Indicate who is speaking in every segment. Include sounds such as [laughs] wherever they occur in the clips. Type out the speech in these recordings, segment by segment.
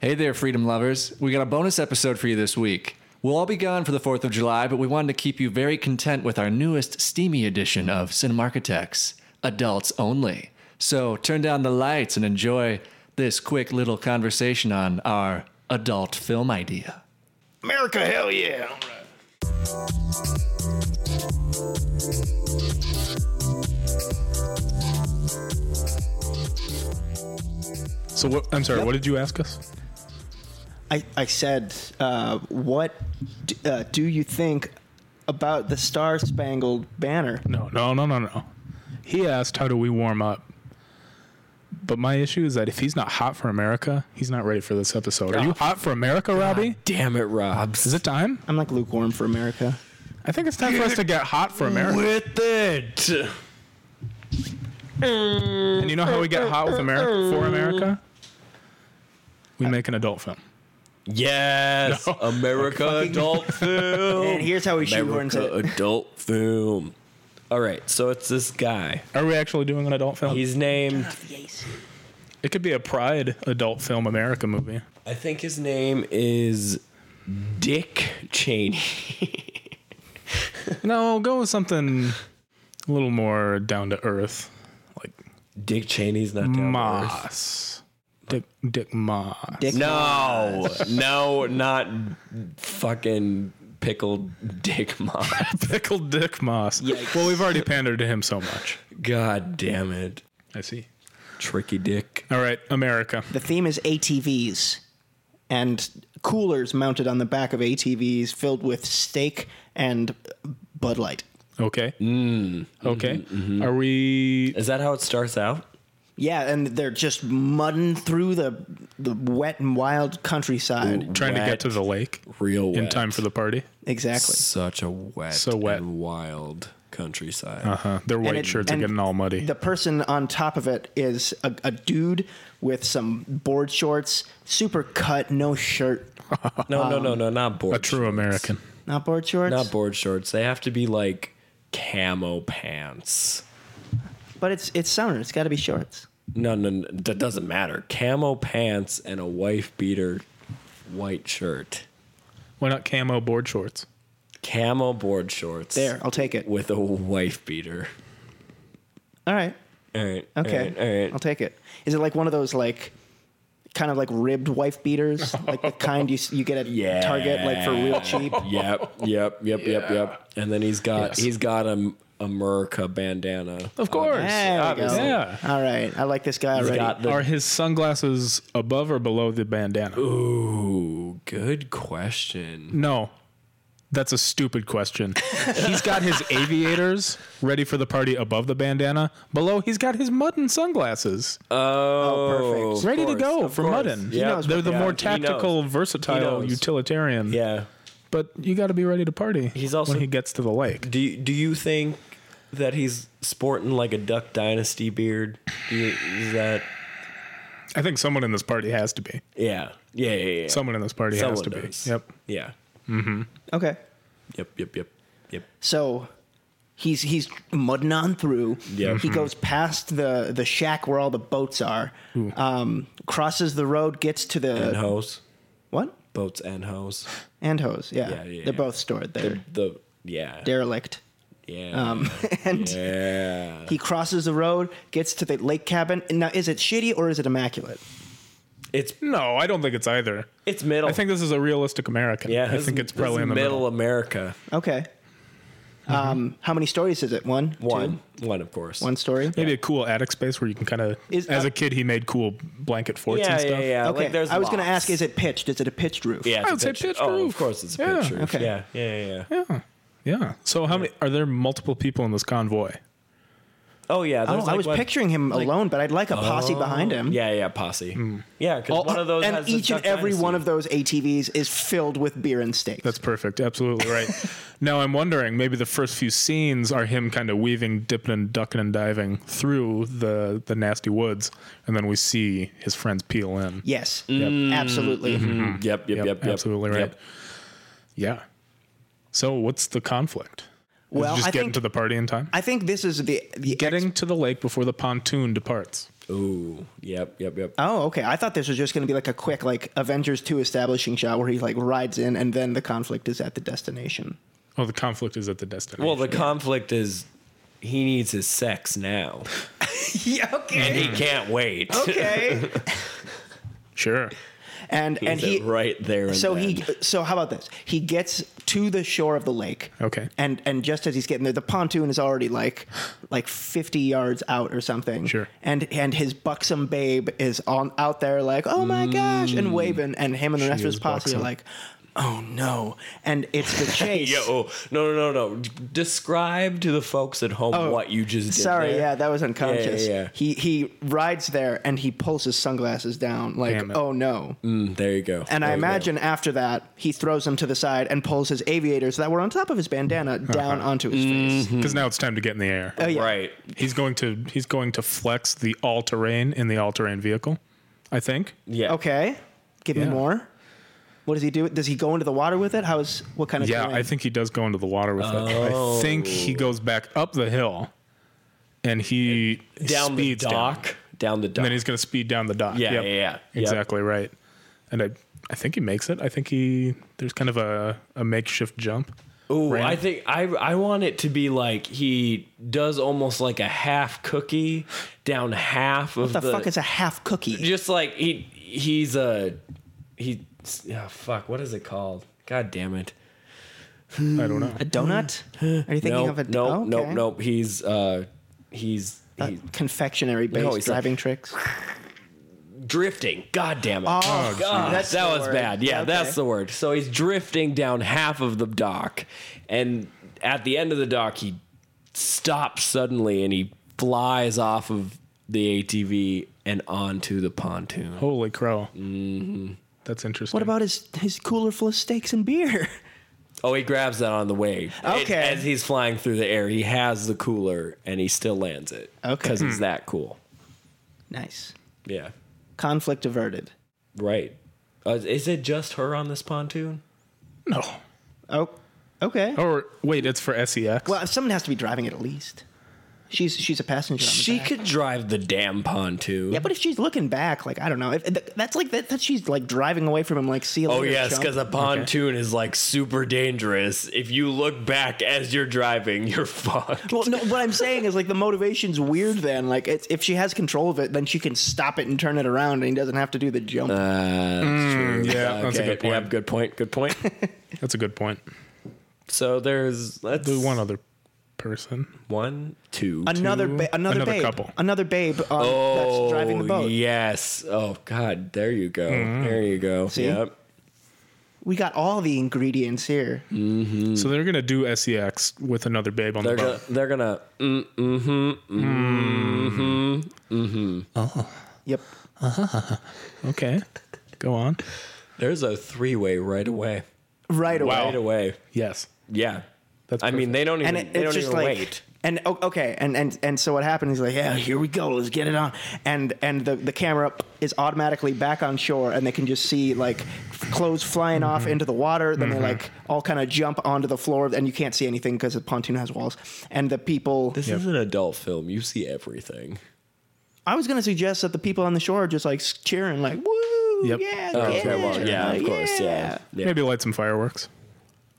Speaker 1: Hey there, freedom lovers. We got a bonus episode for you this week. We'll all be gone for the 4th of July, but we wanted to keep you very content with our newest steamy edition of Cinemarchitects, adults only. So turn down the lights and enjoy this quick little conversation on our adult film idea.
Speaker 2: America, hell yeah! All right.
Speaker 3: So what, I'm sorry. What did you ask us?
Speaker 4: I, I said, uh, what d- uh, do you think about the Star Spangled Banner?
Speaker 3: No, no, no, no, no. He asked, "How do we warm up?" But my issue is that if he's not hot for America, he's not ready for this episode. Are you hot for America, Robbie?
Speaker 5: Damn it, Rob.
Speaker 3: Is Ah. it time?
Speaker 4: I'm like lukewarm for America.
Speaker 3: I think it's time for us to get hot for America.
Speaker 5: With it.
Speaker 3: And you know how we get hot with America for America? We make an adult film.
Speaker 5: Yes. America adult film.
Speaker 4: And here's how he shoehorns
Speaker 5: America
Speaker 4: it.
Speaker 5: adult film. All right, so it's this guy.
Speaker 3: Are we actually doing an adult film?
Speaker 5: He's named.
Speaker 3: it could be a Pride adult film America movie.
Speaker 5: I think his name is Dick Cheney.
Speaker 3: No, go with something a little more down to earth, like
Speaker 5: Dick Cheney's not down to earth.
Speaker 3: Moss. Dick Dick Moss.
Speaker 4: Dick
Speaker 5: No, no, not fucking pickled Dick Moss.
Speaker 3: Pickled Dick Moss. Well, we've already pandered to him so much.
Speaker 5: God damn it,
Speaker 3: I see.
Speaker 5: tricky Dick.
Speaker 3: All right, America.
Speaker 4: The theme is ATVs and coolers mounted on the back of ATVs filled with steak and Bud Light.
Speaker 3: Okay.
Speaker 5: Mm.
Speaker 3: okay.
Speaker 5: Mm-hmm,
Speaker 3: Are we?
Speaker 5: Is that how it starts out?
Speaker 4: Yeah, and they're just mudding through the the wet and wild countryside.
Speaker 3: Trying to
Speaker 5: Wet.
Speaker 3: get to the lake
Speaker 5: Real wet.
Speaker 3: in time for the party.
Speaker 4: Exactly.
Speaker 5: Such a wet,
Speaker 3: So wet.
Speaker 5: and wild countryside.
Speaker 3: Uh, their white
Speaker 4: it-
Speaker 3: shirts are
Speaker 4: and
Speaker 3: getting all muddy.
Speaker 4: The person on top of it is a, a dude with some board shorts, super cut, no shirt.
Speaker 5: No, no,
Speaker 4: Um,
Speaker 5: no, no, not board.
Speaker 3: a true
Speaker 5: shorts.
Speaker 3: American.
Speaker 4: Not board shorts,
Speaker 5: Not board shorts. They have to be like camo pants.
Speaker 4: but it's it's summer. It's got to be shorts.
Speaker 5: No, no, no, that doesn't matter. Camo pants and a wife beater white shirt.
Speaker 3: Why not camo board shorts?
Speaker 5: Camo board shorts.
Speaker 4: There, I'll take it.
Speaker 5: With a wife beater.
Speaker 4: All right,
Speaker 5: All right.
Speaker 4: okay,
Speaker 5: All right. All right.
Speaker 4: I'll take it. Is it like one of those like? Kind of like ribbed wife
Speaker 5: [laughs]
Speaker 4: beaters, like the kind you s- you get at
Speaker 5: Yeah.
Speaker 4: Target, like for real
Speaker 5: [laughs]
Speaker 4: cheap.
Speaker 5: Yep, yep, yep, yep, yep. And then he's got
Speaker 3: Yes.
Speaker 5: he's got a America bandana.
Speaker 3: Of course.
Speaker 4: There we go.
Speaker 3: Yeah.
Speaker 4: All right, I like this guy
Speaker 5: He's
Speaker 4: already.
Speaker 5: got the
Speaker 3: Are his sunglasses above or below the bandana?
Speaker 5: Ooh, good question.
Speaker 3: No. That's a stupid question. he's got
Speaker 5: [laughs]
Speaker 3: his aviators ready for the party above the bandana. Below, he's got his mudden sunglasses
Speaker 5: Oh,
Speaker 4: Oh, perfect.
Speaker 5: of
Speaker 3: ready to
Speaker 5: course,
Speaker 3: go
Speaker 5: of
Speaker 3: for
Speaker 5: course.
Speaker 3: mudden.
Speaker 5: Yeah.
Speaker 4: knows
Speaker 3: They're
Speaker 4: what-
Speaker 3: the
Speaker 4: yeah,
Speaker 3: more
Speaker 5: he knows.
Speaker 3: tactical, versatile,
Speaker 5: knows.
Speaker 3: utilitarian.
Speaker 5: Oh, Yeah.
Speaker 3: But you got to be ready to party.
Speaker 5: He's also-
Speaker 3: when he gets to the lake.
Speaker 5: Do you, do you think that he's sporting like a Duck Dynasty beard? Do you, is that
Speaker 3: I think someone in this party has to be.
Speaker 5: yeah yeah yeah yeah?
Speaker 3: Someone in this party has
Speaker 5: Someone
Speaker 3: to
Speaker 5: does.
Speaker 3: be. Yep.
Speaker 5: Yeah.
Speaker 4: okay,
Speaker 5: Yep. Yep. Yep. Yep.
Speaker 4: So he's he's mudding on through.
Speaker 5: Yeah. Mm-hmm.
Speaker 4: He goes past the the shack where all the boats are. Um, crosses the road, gets to the
Speaker 5: And hose
Speaker 4: what?
Speaker 5: boats and hose.
Speaker 4: And hose. Yeah.
Speaker 5: Yeah, yeah,
Speaker 4: They're
Speaker 5: yeah.
Speaker 4: both stored there.
Speaker 5: The, the yeah
Speaker 4: derelict.
Speaker 5: [laughs] yeah
Speaker 4: Um, and
Speaker 5: yeah.
Speaker 4: he crosses the road, gets to the lake cabin. And now is it shitty or is it immaculate?
Speaker 5: It's
Speaker 3: No, I don't think it's either.
Speaker 5: it's middle.
Speaker 3: I think this is a realistic American.
Speaker 5: yeah.
Speaker 3: I
Speaker 5: this
Speaker 3: think
Speaker 5: is-
Speaker 3: it's
Speaker 5: this is
Speaker 3: probably in the middle.
Speaker 5: middle America.
Speaker 4: Okay. Um, how many stories is it? One.
Speaker 5: Mm-hmm. One
Speaker 4: two?
Speaker 5: one of course.
Speaker 4: One story.
Speaker 3: Maybe a cool attic space where you can kind of.
Speaker 4: Is-
Speaker 3: As
Speaker 4: uh,
Speaker 3: a kid, he made cool blanket forts
Speaker 5: Yeah
Speaker 3: and
Speaker 5: yeah
Speaker 3: stuff.
Speaker 5: yeah.
Speaker 4: Okay.
Speaker 5: Like there's
Speaker 4: I was going to
Speaker 5: lots.
Speaker 4: ask: Is it pitched? Is it a pitched roof?
Speaker 5: Yeah, it's
Speaker 3: I
Speaker 5: a
Speaker 3: would say
Speaker 5: pitch-
Speaker 3: pitched
Speaker 5: oh,
Speaker 3: roof.
Speaker 5: Of course, it's a
Speaker 3: Yeah.
Speaker 5: pitch roof.
Speaker 4: Okay.
Speaker 5: Yeah, yeah, yeah, yeah.
Speaker 3: Yeah. Yeah. So how many are there multiple people in this convoy?
Speaker 5: Oh yeah,
Speaker 4: Oh,
Speaker 5: there's
Speaker 4: I
Speaker 5: like Oh.
Speaker 4: was
Speaker 5: one-
Speaker 4: picturing him alone, but I'd like a posse behind him.
Speaker 5: Yeah, yeah, posse.
Speaker 3: Hmm.
Speaker 5: Yeah, because
Speaker 4: All-
Speaker 5: one of those
Speaker 4: and
Speaker 5: has the
Speaker 4: each and
Speaker 5: Duck
Speaker 4: every
Speaker 5: Dynasty.
Speaker 4: one of those ATVs is filled with beer and steak.
Speaker 3: That's perfect. Absolutely right. now I'm wondering, maybe the first few scenes are him kind of weaving, dipping, and ducking and diving through the the nasty woods, and then we see his friends peel in.
Speaker 4: yes,
Speaker 5: Mm-hmm.
Speaker 3: Yep.
Speaker 4: absolutely.
Speaker 5: Yep, yep, yep, yep.
Speaker 3: absolutely right.
Speaker 5: Yep.
Speaker 3: Yeah. So what's the conflict? Is it
Speaker 4: Well,
Speaker 3: just
Speaker 4: I
Speaker 3: getting
Speaker 4: think-
Speaker 3: to the party in time.
Speaker 4: I think this is the the
Speaker 3: getting to the lake before the pontoon departs.
Speaker 5: Ooh, yep, yep, yep.
Speaker 4: Oh, okay. I thought this was just going to be like a quick, like Avengers two establishing shot where he like rides in, and then the conflict is at the
Speaker 5: [laughs]
Speaker 4: destination.
Speaker 3: Oh, the conflict is at the destination.
Speaker 5: Well, the conflict is he needs his sex now,
Speaker 4: Yeah.
Speaker 5: and
Speaker 4: Okay.
Speaker 5: he can't wait.
Speaker 4: Hmm.
Speaker 5: [laughs]
Speaker 4: okay.
Speaker 3: sure.
Speaker 4: And and
Speaker 5: He's
Speaker 4: he
Speaker 5: right there. And
Speaker 4: So
Speaker 5: then.
Speaker 4: he so how about this? He gets to the shore of the lake.
Speaker 3: Okay.
Speaker 4: And and just as he's getting there, the pontoon is already like like fifty yards out or something.
Speaker 3: Sure.
Speaker 4: And and his buxom babe is on out there like, oh my gosh, and waving, and him and the rest of his
Speaker 3: Mm. is
Speaker 4: posse
Speaker 3: buxom.
Speaker 4: are like, oh no, and it's
Speaker 3: [laughs]
Speaker 4: the chase.
Speaker 5: Yo, oh, no, no, no, no. Describe to the folks at home what you just did.
Speaker 4: Oh, Sorry,
Speaker 5: there.
Speaker 4: yeah, that was unconscious.
Speaker 5: yeah.
Speaker 4: He he rides there and he pulls his sunglasses down like,
Speaker 3: Damn it.
Speaker 4: oh no.
Speaker 5: Mm, there you go.
Speaker 4: And I
Speaker 5: There you go.
Speaker 4: imagine after that, he throws them to the side and pulls his aviators that were on top of his
Speaker 5: [laughs]
Speaker 4: bandana down onto his face.
Speaker 3: Because now it's time to get in the air.
Speaker 4: Oh, yeah.
Speaker 5: Mm-hmm. Right.
Speaker 3: He's going to he's going to flex the all terrain in the all terrain vehicle. I think.
Speaker 5: Yeah.
Speaker 4: Okay. Give
Speaker 3: Yeah.
Speaker 4: me more. What does he do? Does he go into the water with it? How is what kind of?
Speaker 3: Yeah,
Speaker 4: terrain?
Speaker 3: I think he does go into the water with
Speaker 5: Oh.
Speaker 3: it. I think he goes back up the hill, and he
Speaker 5: Down the
Speaker 3: speeds
Speaker 5: dock. Down, the dock.
Speaker 3: and then he's going to speed down the dock.
Speaker 5: Yeah,
Speaker 3: Yep.
Speaker 5: yeah, yeah. Yep.
Speaker 3: exactly right. And I, I think he makes it. I think he there's kind of a, a makeshift jump.
Speaker 5: Ooh,
Speaker 3: Ran.
Speaker 5: I think I I want it to be like he does almost like a half cookie down half of
Speaker 4: what the, fuck is a half cookie?
Speaker 5: just like he he's a he oh, fuck what is it called? God damn it!
Speaker 3: I don't know.
Speaker 4: a donut? Are you thinking
Speaker 5: [gasps] No,
Speaker 4: of a
Speaker 5: no,
Speaker 4: oh,
Speaker 5: no,
Speaker 4: okay.
Speaker 5: no. He's uh he's,
Speaker 4: Uh,
Speaker 5: he's
Speaker 4: confectionery based
Speaker 5: No, he's like-
Speaker 4: driving tricks.
Speaker 5: drifting. God damn it!
Speaker 4: Oh,
Speaker 5: God,
Speaker 4: that's
Speaker 5: that
Speaker 4: the
Speaker 5: was
Speaker 4: word.
Speaker 5: bad. Yeah,
Speaker 4: Okay.
Speaker 5: that's the word. So he's drifting down half of the dock, and at the end of the dock, he stops suddenly and he flies off of the ATV and onto the pontoon.
Speaker 3: Holy crow!
Speaker 5: Mm-hmm.
Speaker 3: That's interesting.
Speaker 4: What about his his cooler full of steaks and beer? [laughs]
Speaker 5: Oh, he grabs that on the way.
Speaker 4: Okay.
Speaker 5: It- as he's flying through the air, he has the cooler and he still lands it.
Speaker 4: Okay. Hmm.
Speaker 5: Because he's that cool.
Speaker 4: nice.
Speaker 5: Yeah.
Speaker 4: Conflict averted.
Speaker 5: Right. Uh, is it just her on this pontoon?
Speaker 3: no?
Speaker 4: Oh, okay.
Speaker 3: Or wait, it's for E SEX.
Speaker 4: Well, someone has to be driving it at least. She's she's a passenger. On the
Speaker 5: She
Speaker 4: back.
Speaker 5: could drive the damn pontoon.
Speaker 4: Yeah, but if she's looking back, like I don't know, if, th- that's like that, that she's like driving away from him, like see. You
Speaker 5: Oh
Speaker 4: later,
Speaker 5: yes,
Speaker 4: chump.
Speaker 5: because a pontoon is like super dangerous. If you look back as you're driving, you're [laughs] fucked.
Speaker 4: Well, no, what I'm saying is like the motivation's weird. Then, like it's, if she has control of it, then she can stop it and turn it around, and he doesn't have to do the jump.
Speaker 3: Uh,
Speaker 4: Mm,
Speaker 3: yeah, that's a good
Speaker 5: Uh, Yeah,
Speaker 3: point.
Speaker 5: good point.
Speaker 4: [laughs]
Speaker 5: Good point.
Speaker 3: That's a good point.
Speaker 5: so there's that's
Speaker 3: The one other person.
Speaker 5: one, two,
Speaker 4: another,
Speaker 3: two-
Speaker 4: ba- another,
Speaker 3: another
Speaker 4: babe,
Speaker 3: couple.
Speaker 4: another babe um, that's driving
Speaker 5: Oh,
Speaker 4: the boat. Mm-hmm.
Speaker 5: Yes. Oh God. There you go. There you go.
Speaker 4: See?
Speaker 5: Yep.
Speaker 4: We got all the ingredients here.
Speaker 3: Mm. So they're gonna do SEX with another babe on
Speaker 5: They're
Speaker 3: the
Speaker 5: gonna.
Speaker 3: boat.
Speaker 5: They're gonna. Mm,
Speaker 4: Yep.
Speaker 3: Okay, go on.
Speaker 5: there's a three way right away.
Speaker 4: Right away.
Speaker 5: Right away.
Speaker 3: Yes.
Speaker 5: Yeah.
Speaker 3: That's
Speaker 5: I mean, they don't even.
Speaker 4: and it,
Speaker 5: they
Speaker 4: it's
Speaker 5: don't
Speaker 4: just
Speaker 5: even
Speaker 4: like
Speaker 5: wait.
Speaker 4: and o- okay and and and so what happened is like yeah here we go let's get it on and and the the camera is automatically back on shore and they can just see like clothes flying off
Speaker 5: Mm-hmm.
Speaker 4: into the water then they like all kind of jump onto the floor and you can't see anything because the pontoon has walls and the people
Speaker 5: This is an adult film. You see everything.
Speaker 4: i was going to suggest that the people on the shore are just like cheering like woo
Speaker 3: Yep.
Speaker 4: yeah
Speaker 5: Oh,
Speaker 4: yeah,
Speaker 5: okay, well, yeah, of course, yeah. yeah.
Speaker 3: Maybe light some fireworks.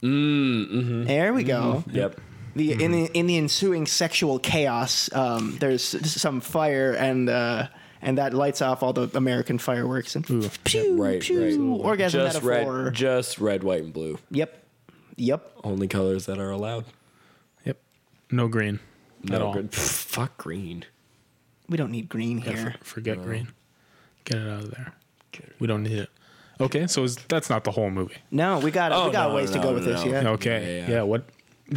Speaker 5: Mm-hmm.
Speaker 4: there we go
Speaker 5: Yep.
Speaker 4: The in
Speaker 5: Hmm.
Speaker 4: the in the ensuing sexual chaos, um, there's some fire and uh, and that lights off all the American fireworks and pew
Speaker 5: Right,
Speaker 4: pew
Speaker 5: right.
Speaker 4: orgasm
Speaker 5: just
Speaker 4: metaphor.
Speaker 5: red, just red, white, and blue.
Speaker 4: yep, yep.
Speaker 5: Only colors that are allowed.
Speaker 3: Yep. No green. at
Speaker 5: No
Speaker 3: all.
Speaker 5: good. Fuck green.
Speaker 4: We don't need green
Speaker 3: Yeah,
Speaker 4: here.
Speaker 3: for- forget green. Get it out of there. We don't need it. Okay, so is, that's not the whole movie.
Speaker 4: No, we got
Speaker 5: Oh,
Speaker 4: we got
Speaker 5: no,
Speaker 4: ways to
Speaker 5: no,
Speaker 4: go with
Speaker 5: no.
Speaker 4: this. Yeah.
Speaker 3: Okay.
Speaker 5: Yeah,
Speaker 3: Yeah.
Speaker 5: yeah.
Speaker 3: what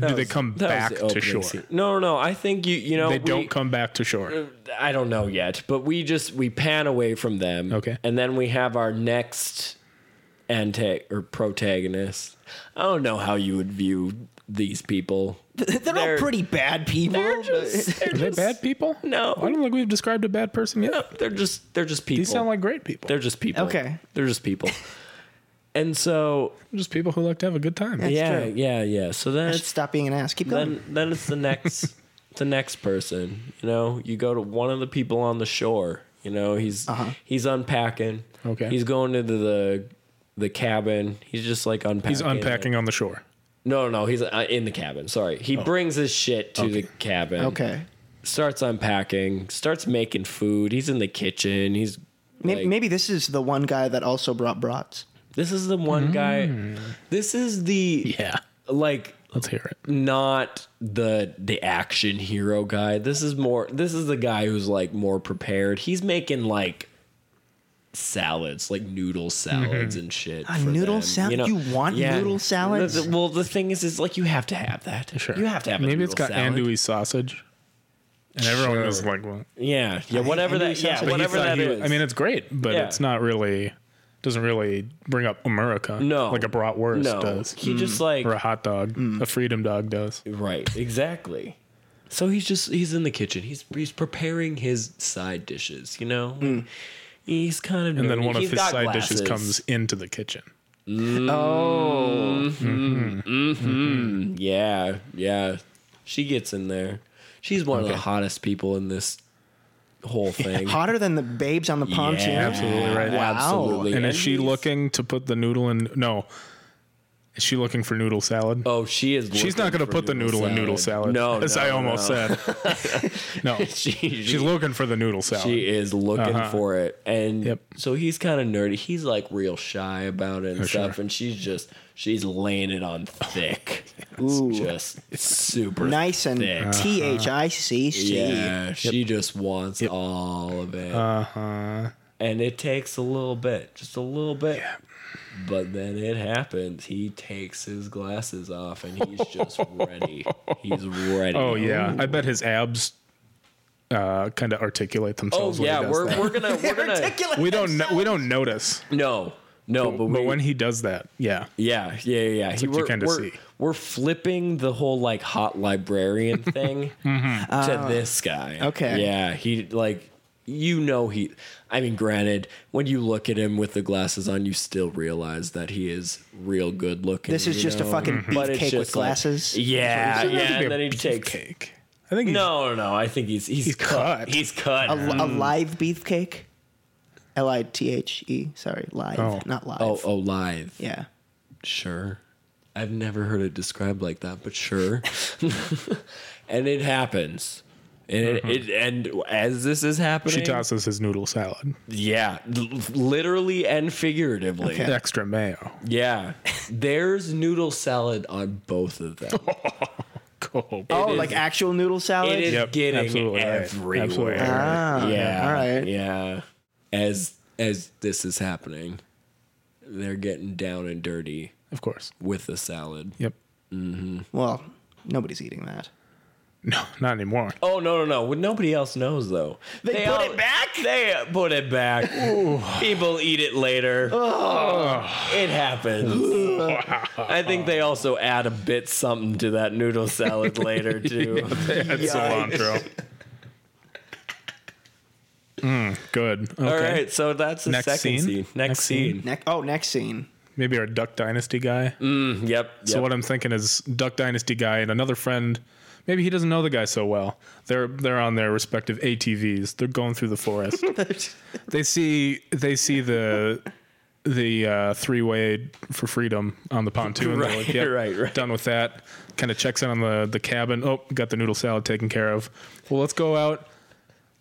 Speaker 3: do they come back to shore?
Speaker 5: No, no, no. I think you. You know,
Speaker 3: They
Speaker 5: we-
Speaker 3: don't come back to shore.
Speaker 5: I don't know yet, but we just we pan away from them.
Speaker 3: Okay.
Speaker 5: And then we have our next ante or protagonist. I don't know how you would view these people.
Speaker 4: They're,
Speaker 5: They're-
Speaker 4: all pretty bad people.
Speaker 5: They're
Speaker 4: but- [laughs]
Speaker 5: just they're
Speaker 3: Are they
Speaker 5: just,
Speaker 3: bad people?
Speaker 5: No.
Speaker 3: I don't think we've described a bad person yet.
Speaker 5: [laughs] They're just they're just people.
Speaker 3: These sound like great people.
Speaker 5: they're just people.
Speaker 4: Okay.
Speaker 5: They're
Speaker 4: [laughs]
Speaker 5: just people. and so
Speaker 3: just people who like to have a good time.
Speaker 5: yeah,
Speaker 4: true.
Speaker 5: yeah, yeah. So then
Speaker 4: Just
Speaker 5: it's
Speaker 4: Stop being an ass. Keep going. [laughs]
Speaker 5: then then it's the next the next person. You know, you go to one of the people on the shore. You know, he's
Speaker 4: Uh-huh.
Speaker 5: he's unpacking.
Speaker 3: Okay.
Speaker 5: He's going into the the cabin. He's just like unpacking.
Speaker 3: He's unpacking Oh. on the shore.
Speaker 5: No, no, he's uh, in the cabin. Sorry. He brings his shit to the cabin.
Speaker 4: Okay.
Speaker 5: Starts unpacking, starts making food. He's in the kitchen. He's
Speaker 4: Maybe,
Speaker 5: like-
Speaker 4: maybe this is the one guy that also brought brats.
Speaker 5: This is the one guy. This is the
Speaker 3: Mm. Yeah.
Speaker 5: like
Speaker 3: Let's hear it.
Speaker 5: not the the action hero guy. This is more this is the guy who's like more prepared. He's making like salads, like noodle salads
Speaker 3: Mm-hmm.
Speaker 5: and shit.
Speaker 4: A
Speaker 5: for
Speaker 4: noodle
Speaker 5: them,
Speaker 4: salad? You want noodle salads?
Speaker 5: The- the- well, the thing is is like you have to have that.
Speaker 3: Sure.
Speaker 5: You have to have a
Speaker 3: Maybe
Speaker 5: noodle
Speaker 3: it's got
Speaker 5: salad.
Speaker 3: andouille sausage. And everyone was like, well,
Speaker 5: Yeah. Yeah, whatever that yeah,
Speaker 3: But he
Speaker 5: whatever
Speaker 3: thought
Speaker 5: that
Speaker 3: he-
Speaker 5: is.
Speaker 3: I mean, it's great, but
Speaker 5: Yeah.
Speaker 3: it's not really doesn't really bring up America.
Speaker 5: No.
Speaker 3: like a bratwurst
Speaker 5: no.
Speaker 3: does, Mm.
Speaker 5: He
Speaker 4: Mm.
Speaker 5: just like
Speaker 3: or a hot dog, a freedom dog does.
Speaker 5: Right, exactly. So he's just he's in the kitchen. He's he's preparing his side dishes, you know? Like, He's kind of
Speaker 3: And then
Speaker 5: nerdy.
Speaker 3: one of
Speaker 5: He's
Speaker 3: his
Speaker 5: got
Speaker 3: side
Speaker 5: glasses.
Speaker 3: dishes comes into the kitchen.
Speaker 5: Yeah, yeah. She gets in there. She's one of the hottest people in this
Speaker 3: [laughs]
Speaker 5: whole thing.
Speaker 4: Hotter than the babes on the palm
Speaker 5: Yeah,
Speaker 4: chin.
Speaker 3: absolutely right.
Speaker 4: Wow.
Speaker 5: Absolutely.
Speaker 3: And is she
Speaker 5: he's-
Speaker 3: looking to put the noodle in? No, is she looking for noodle salad?
Speaker 5: Oh, she is.
Speaker 3: She's not going to put the noodle in noodle salad.
Speaker 5: No,
Speaker 3: as
Speaker 5: no,
Speaker 3: I almost
Speaker 5: no.
Speaker 3: said.
Speaker 5: [laughs]
Speaker 3: no,
Speaker 5: She,
Speaker 3: she's looking for the noodle salad.
Speaker 5: She is looking for it. And
Speaker 3: Uh-huh. Yep.
Speaker 5: so he's kind of nerdy. He's like real shy about it and stuff.
Speaker 3: sure.
Speaker 5: And she's just, she's laying it on thick.
Speaker 4: [laughs] Ooh.
Speaker 5: Just super
Speaker 4: Nice and
Speaker 5: thick.
Speaker 4: T H I C C.
Speaker 5: Yeah, she just wants all of it.
Speaker 3: uh huh.
Speaker 5: and it takes a little bit, just a little bit. But then it happens. He takes his glasses off and he's just ready. He's ready.
Speaker 3: Oh yeah, I bet his abs uh, kind of articulate
Speaker 5: Oh
Speaker 3: themselves. when he
Speaker 5: yeah,
Speaker 3: does
Speaker 5: we're,
Speaker 3: that.
Speaker 5: we're gonna
Speaker 4: [laughs]
Speaker 5: we're gonna
Speaker 3: [laughs] we don't no, we don't notice,
Speaker 5: no no [laughs] but,
Speaker 3: but,
Speaker 5: we,
Speaker 3: when he does that, yeah,
Speaker 5: yeah yeah yeah, yeah he,
Speaker 3: what you
Speaker 5: we're,
Speaker 3: kinda
Speaker 5: we're,
Speaker 3: see.
Speaker 5: we're flipping the whole like
Speaker 4: [laughs]
Speaker 5: hot librarian thing to this guy
Speaker 4: Mm-hmm. Ah. Okay.
Speaker 5: yeah he like you know he I mean granted when you look at him with the glasses on you still realize that he is real good looking
Speaker 4: This is
Speaker 5: you
Speaker 4: just a
Speaker 5: know? Mm-hmm.
Speaker 4: fucking
Speaker 5: But it's
Speaker 4: beefcake with
Speaker 5: just like-
Speaker 4: glasses.
Speaker 5: yeah
Speaker 3: Doesn't have to
Speaker 5: yeah
Speaker 3: be a
Speaker 5: and then he takes
Speaker 3: beefcake. I think he's,
Speaker 5: no no no I think he's he's, cut.
Speaker 3: cut.
Speaker 5: he's cut
Speaker 4: A, a
Speaker 5: Mm.
Speaker 4: live beefcake. L I T H E. Sorry, live,
Speaker 3: Oh.
Speaker 4: not live.
Speaker 5: oh oh live
Speaker 4: Yeah.
Speaker 5: Sure. I've never heard it described like that, but sure. [laughs] and it happens. And it, it and as this is happening,
Speaker 3: She tosses his noodle salad,
Speaker 5: yeah, l- literally and figuratively.
Speaker 4: Okay.
Speaker 3: extra mayo. [laughs]
Speaker 5: Yeah. There's noodle salad on both of them.
Speaker 3: Cool.
Speaker 4: Oh,
Speaker 5: is-
Speaker 4: like actual noodle salad.
Speaker 5: It is
Speaker 3: Yep,
Speaker 5: getting
Speaker 3: absolutely right.
Speaker 5: everywhere.
Speaker 3: Absolutely right.
Speaker 4: Ah,
Speaker 5: Yeah.
Speaker 4: All right.
Speaker 5: Yeah. As as this is happening, they're getting down and dirty
Speaker 3: Of course.
Speaker 5: with the salad.
Speaker 3: Yep. [laughs]
Speaker 4: Well, nobody's eating that.
Speaker 3: No, not anymore. [laughs]
Speaker 5: Oh no no no! Well, nobody else knows though. They,
Speaker 4: put
Speaker 5: all-
Speaker 4: it back?
Speaker 5: They uh, put it back. People eat it later. It happens. I think they also add a bit something to that
Speaker 4: [laughs]
Speaker 5: noodle salad later too.
Speaker 3: That's
Speaker 5: [laughs]
Speaker 3: cilantro. Mm, good. Okay.
Speaker 5: All right, so that's the
Speaker 3: Next
Speaker 5: second
Speaker 3: scene?
Speaker 5: scene. Next,
Speaker 3: Next
Speaker 5: scene.
Speaker 4: Next. Oh, next scene.
Speaker 3: Maybe our Duck Dynasty guy.
Speaker 5: Yep. yep.
Speaker 3: So what I'm thinking is Duck Dynasty guy and another friend. Maybe he doesn't know the guy so well. They're they're on their respective ATVs. They're going through the
Speaker 5: [laughs]
Speaker 3: forest. they see they see the the uh, three way for freedom on the pontoon. They're
Speaker 5: Right, right, right.
Speaker 3: Done with that. Kind of checks in on the the cabin. Oh, got the noodle salad taken care of. Well, let's go out.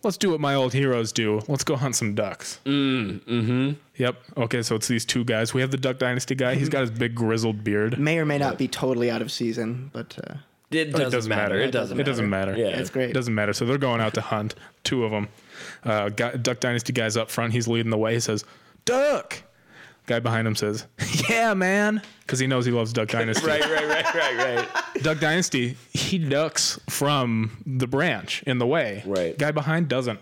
Speaker 3: Let's do what my old heroes do. Let's go hunt some ducks.
Speaker 5: Mm, mm-hmm.
Speaker 3: Yep. Okay, so it's these two guys. We have the Duck Dynasty guy. He's got his big grizzled beard.
Speaker 4: May or may not be totally out of season, but uh,
Speaker 5: it doesn't, matter. It doesn't.
Speaker 3: It doesn't
Speaker 5: matter.
Speaker 3: matter.
Speaker 5: Yeah.
Speaker 4: it's great.
Speaker 3: It doesn't matter. So they're going out to hunt. Two of them. Uh, guy, Duck Dynasty guy's up front. He's leading the way. He says, "Duck." Guy behind him says, [laughs] "Yeah, man," because he knows he loves
Speaker 5: [laughs]
Speaker 3: Duck Dynasty.
Speaker 5: Right. Right. Right. Right. Right.
Speaker 3: [laughs] Duck Dynasty. He ducks from the branch in the way.
Speaker 5: Right. Mm.
Speaker 3: Guy behind doesn't.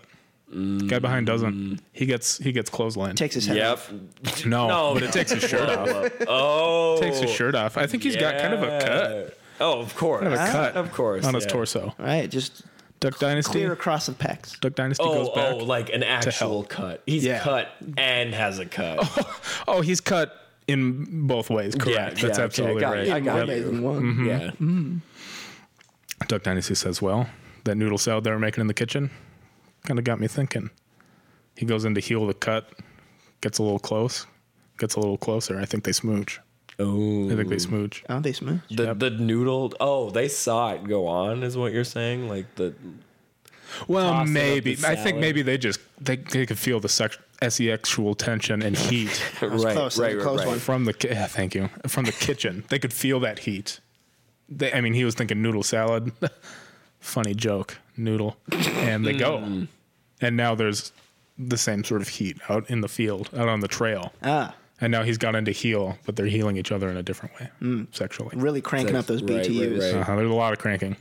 Speaker 3: Guy behind doesn't. He gets he gets clotheslined.
Speaker 4: takes his head.
Speaker 5: yep.
Speaker 3: no,
Speaker 5: No,
Speaker 3: but it
Speaker 5: no.
Speaker 3: takes his
Speaker 5: [laughs]
Speaker 3: shirt off.
Speaker 5: Oh.
Speaker 3: Takes his shirt off. I think he's got kind of a cut.
Speaker 5: Oh, of course.
Speaker 3: Kind of a cut.
Speaker 5: Of course.
Speaker 3: on his
Speaker 5: yeah.
Speaker 3: torso.
Speaker 4: All right, just
Speaker 3: Duck Dynasty.
Speaker 4: clear across the pecs.
Speaker 3: Duck Dynasty
Speaker 5: Oh,
Speaker 3: goes back.
Speaker 5: oh, like an actual
Speaker 3: hell.
Speaker 5: cut. He's
Speaker 3: Yeah.
Speaker 5: cut and has a cut.
Speaker 3: Oh, he's cut in both ways. Correct.
Speaker 5: Yeah,
Speaker 3: That's
Speaker 5: yeah,
Speaker 3: absolutely
Speaker 5: okay, I got Mm-hmm.
Speaker 3: right.
Speaker 5: it, I got
Speaker 3: Mm-hmm.
Speaker 4: More
Speaker 5: it.
Speaker 4: than one.
Speaker 5: Yeah.
Speaker 3: Duck Dynasty says, "Well, that noodle salad they were making in the kitchen kind of got me thinking. He goes in to heal the cut, gets a little close, gets a little closer. I think they smooch.
Speaker 5: Oh,
Speaker 3: I think they smooch.
Speaker 4: Aren't they smooth?
Speaker 5: the the noodled. Oh, they saw it go on, is what you're saying. Like the toss it
Speaker 3: Well,
Speaker 5: up
Speaker 3: maybe.
Speaker 5: the
Speaker 3: I think
Speaker 5: salad.
Speaker 3: maybe they just they, they could feel the sex, E sexual tension and heat
Speaker 5: [laughs] right,
Speaker 4: close, that
Speaker 5: right, right,
Speaker 4: was a close
Speaker 5: right.
Speaker 4: one.
Speaker 3: from the ki- yeah, thank you from the
Speaker 5: [laughs]
Speaker 3: kitchen. They could feel that heat. They, I mean, he was thinking noodle salad. [laughs] Funny joke, noodle, and they
Speaker 5: Mm.
Speaker 3: go. And now there's the same sort of heat out in the field, out on the trail.
Speaker 4: Ah,
Speaker 3: And now he's got into heal, but they're healing each other in a different way,
Speaker 5: Mm.
Speaker 3: sexually.
Speaker 4: really cranking up those
Speaker 5: Right, right,
Speaker 4: BTUs.
Speaker 5: right.
Speaker 3: Uh-huh, there's a lot of
Speaker 5: [laughs]
Speaker 3: cranking.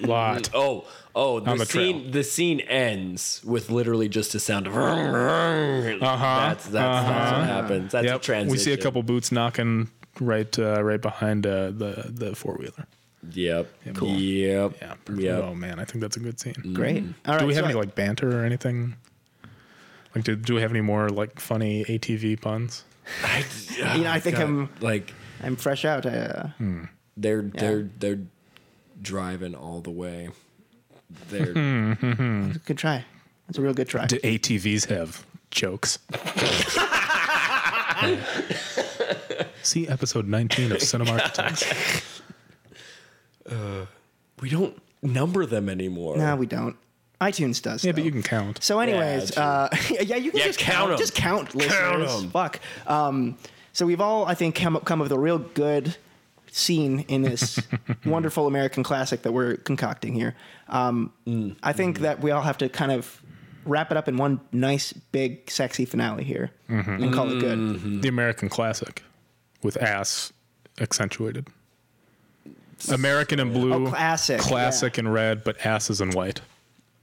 Speaker 3: Lot.
Speaker 5: Oh, oh, the,
Speaker 3: On the trail.
Speaker 5: scene the scene ends with literally just a sound of "Rung, rung."
Speaker 3: Uh huh.
Speaker 5: that's that's, that's what happens. That's a transition.
Speaker 3: Uh-huh. We see a couple boots knocking right uh, right behind uh, the the four wheeler.
Speaker 5: Yep.
Speaker 3: Cool.
Speaker 5: Yep.
Speaker 3: Yeah.
Speaker 5: Yep.
Speaker 3: Oh man, I think that's a good scene.
Speaker 4: Great.
Speaker 5: Mm-hmm.
Speaker 4: All right.
Speaker 3: do we have
Speaker 4: so
Speaker 3: any like banter or anything? Like, do, do we have any more like funny ATV puns?
Speaker 5: [laughs] I,
Speaker 4: You
Speaker 5: Oh
Speaker 4: know, I think
Speaker 3: God.
Speaker 4: I'm
Speaker 5: like
Speaker 4: I'm fresh out. Uh,
Speaker 5: they're they're they're driving all the way.
Speaker 3: [laughs]
Speaker 5: They're
Speaker 4: Good try. That's a real good try.
Speaker 3: Do ATVs have jokes? [laughs] See episode 19 of Cinema Architects.
Speaker 5: we don't number them anymore.
Speaker 4: no, we don't. iTunes does.
Speaker 3: Yeah, but
Speaker 4: though.
Speaker 3: you can count.
Speaker 4: So, anyways,
Speaker 5: Yeah,
Speaker 4: yeah, uh, [laughs] yeah, you can
Speaker 5: Yeah,
Speaker 4: just
Speaker 5: count
Speaker 4: count.
Speaker 5: 'em.
Speaker 4: Just count,
Speaker 5: Count
Speaker 4: listeners.
Speaker 5: 'em.
Speaker 4: Fuck. Um, so we've all, I think, come up, come up with a real good scene in
Speaker 3: [laughs]
Speaker 4: this wonderful American classic that we're concocting here. Um,
Speaker 5: Mm.
Speaker 4: I think that we all have to kind of wrap it up in one nice, big, sexy finale here
Speaker 3: Mm-hmm.
Speaker 4: and call it good.
Speaker 5: Mm-hmm.
Speaker 3: the American classic with ass accentuated. American in blue,
Speaker 4: Oh, classic,
Speaker 3: classic in red, but ass is in white.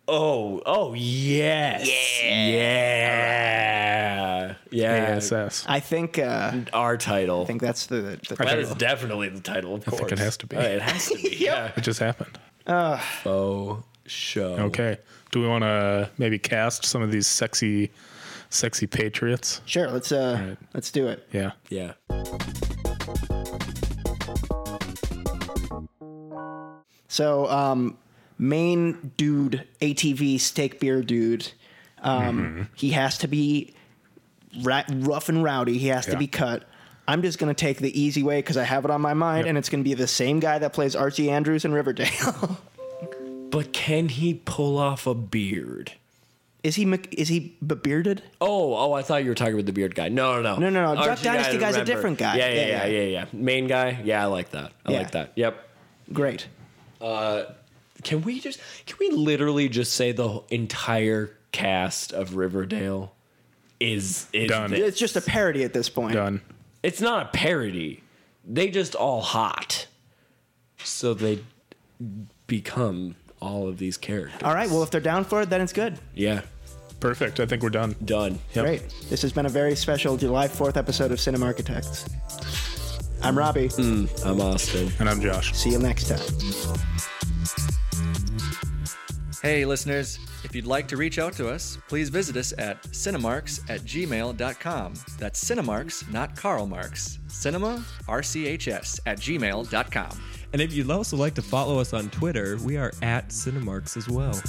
Speaker 5: Oh, oh yes. Yeah. Yeah. Yeah.
Speaker 3: ASS.
Speaker 4: I think. Uh, I
Speaker 5: Our title.
Speaker 4: think that's the. the
Speaker 5: that is definitely the title, of course.
Speaker 3: think it has to be.
Speaker 5: Oh, it has
Speaker 4: [laughs]
Speaker 5: to be. yeah.
Speaker 3: It just happened.
Speaker 5: Oh, show.
Speaker 3: Okay. Do we want to maybe cast some of these sexy, sexy patriots?
Speaker 4: sure. Let's uh, let's do it.
Speaker 3: Yeah.
Speaker 5: Yeah.
Speaker 4: So, um, main dude, ATV steak beer dude, um, he has to be ra- rough and rowdy. He has to
Speaker 3: Yeah.
Speaker 4: be cut. I'm just going to take the easy way because I have it on my mind, and it's going to be the same guy that plays Archie Andrews in Riverdale. [laughs]
Speaker 5: But can he pull off a beard?
Speaker 4: is he Mc- is he be- bearded?
Speaker 5: Oh, oh, I thought you were talking about the beard guy. No, no,
Speaker 4: No,
Speaker 5: no.
Speaker 4: no, no. Duck
Speaker 5: Archie
Speaker 4: Dynasty
Speaker 5: guy,
Speaker 4: guy's a
Speaker 5: remember.
Speaker 4: different guy.
Speaker 5: Yeah, yeah, yeah,
Speaker 4: Yeah,
Speaker 5: yeah,
Speaker 4: yeah.
Speaker 5: yeah. Main guy. Yeah, I like that. I
Speaker 4: Yeah.
Speaker 5: like that. Yep.
Speaker 4: Great.
Speaker 5: Can we just can we literally just say the entire cast of Riverdale is is
Speaker 3: Done.
Speaker 5: this?
Speaker 4: It's just a parody at this point.
Speaker 3: Done.
Speaker 5: It's not a parody. They just all hot. So they become all of these characters.
Speaker 4: All right. Well, if they're down for it, then it's good.
Speaker 5: Yeah.
Speaker 3: Perfect. I think we're done.
Speaker 5: Done.
Speaker 4: Great. This has been a very special July 4th episode of Cinema Architects. I'm Robbie.
Speaker 5: I'm Austin.
Speaker 3: And I'm Josh.
Speaker 4: See you next time.
Speaker 1: Hey, listeners, if you'd like to reach out to us, please visit us at cinemarks at gmail.com. That's cinemarks, not Karl Marx. Cinema, RCHS at gmail.com.
Speaker 6: And if you'd also like to follow us on Twitter, we are at Cinemarks as well.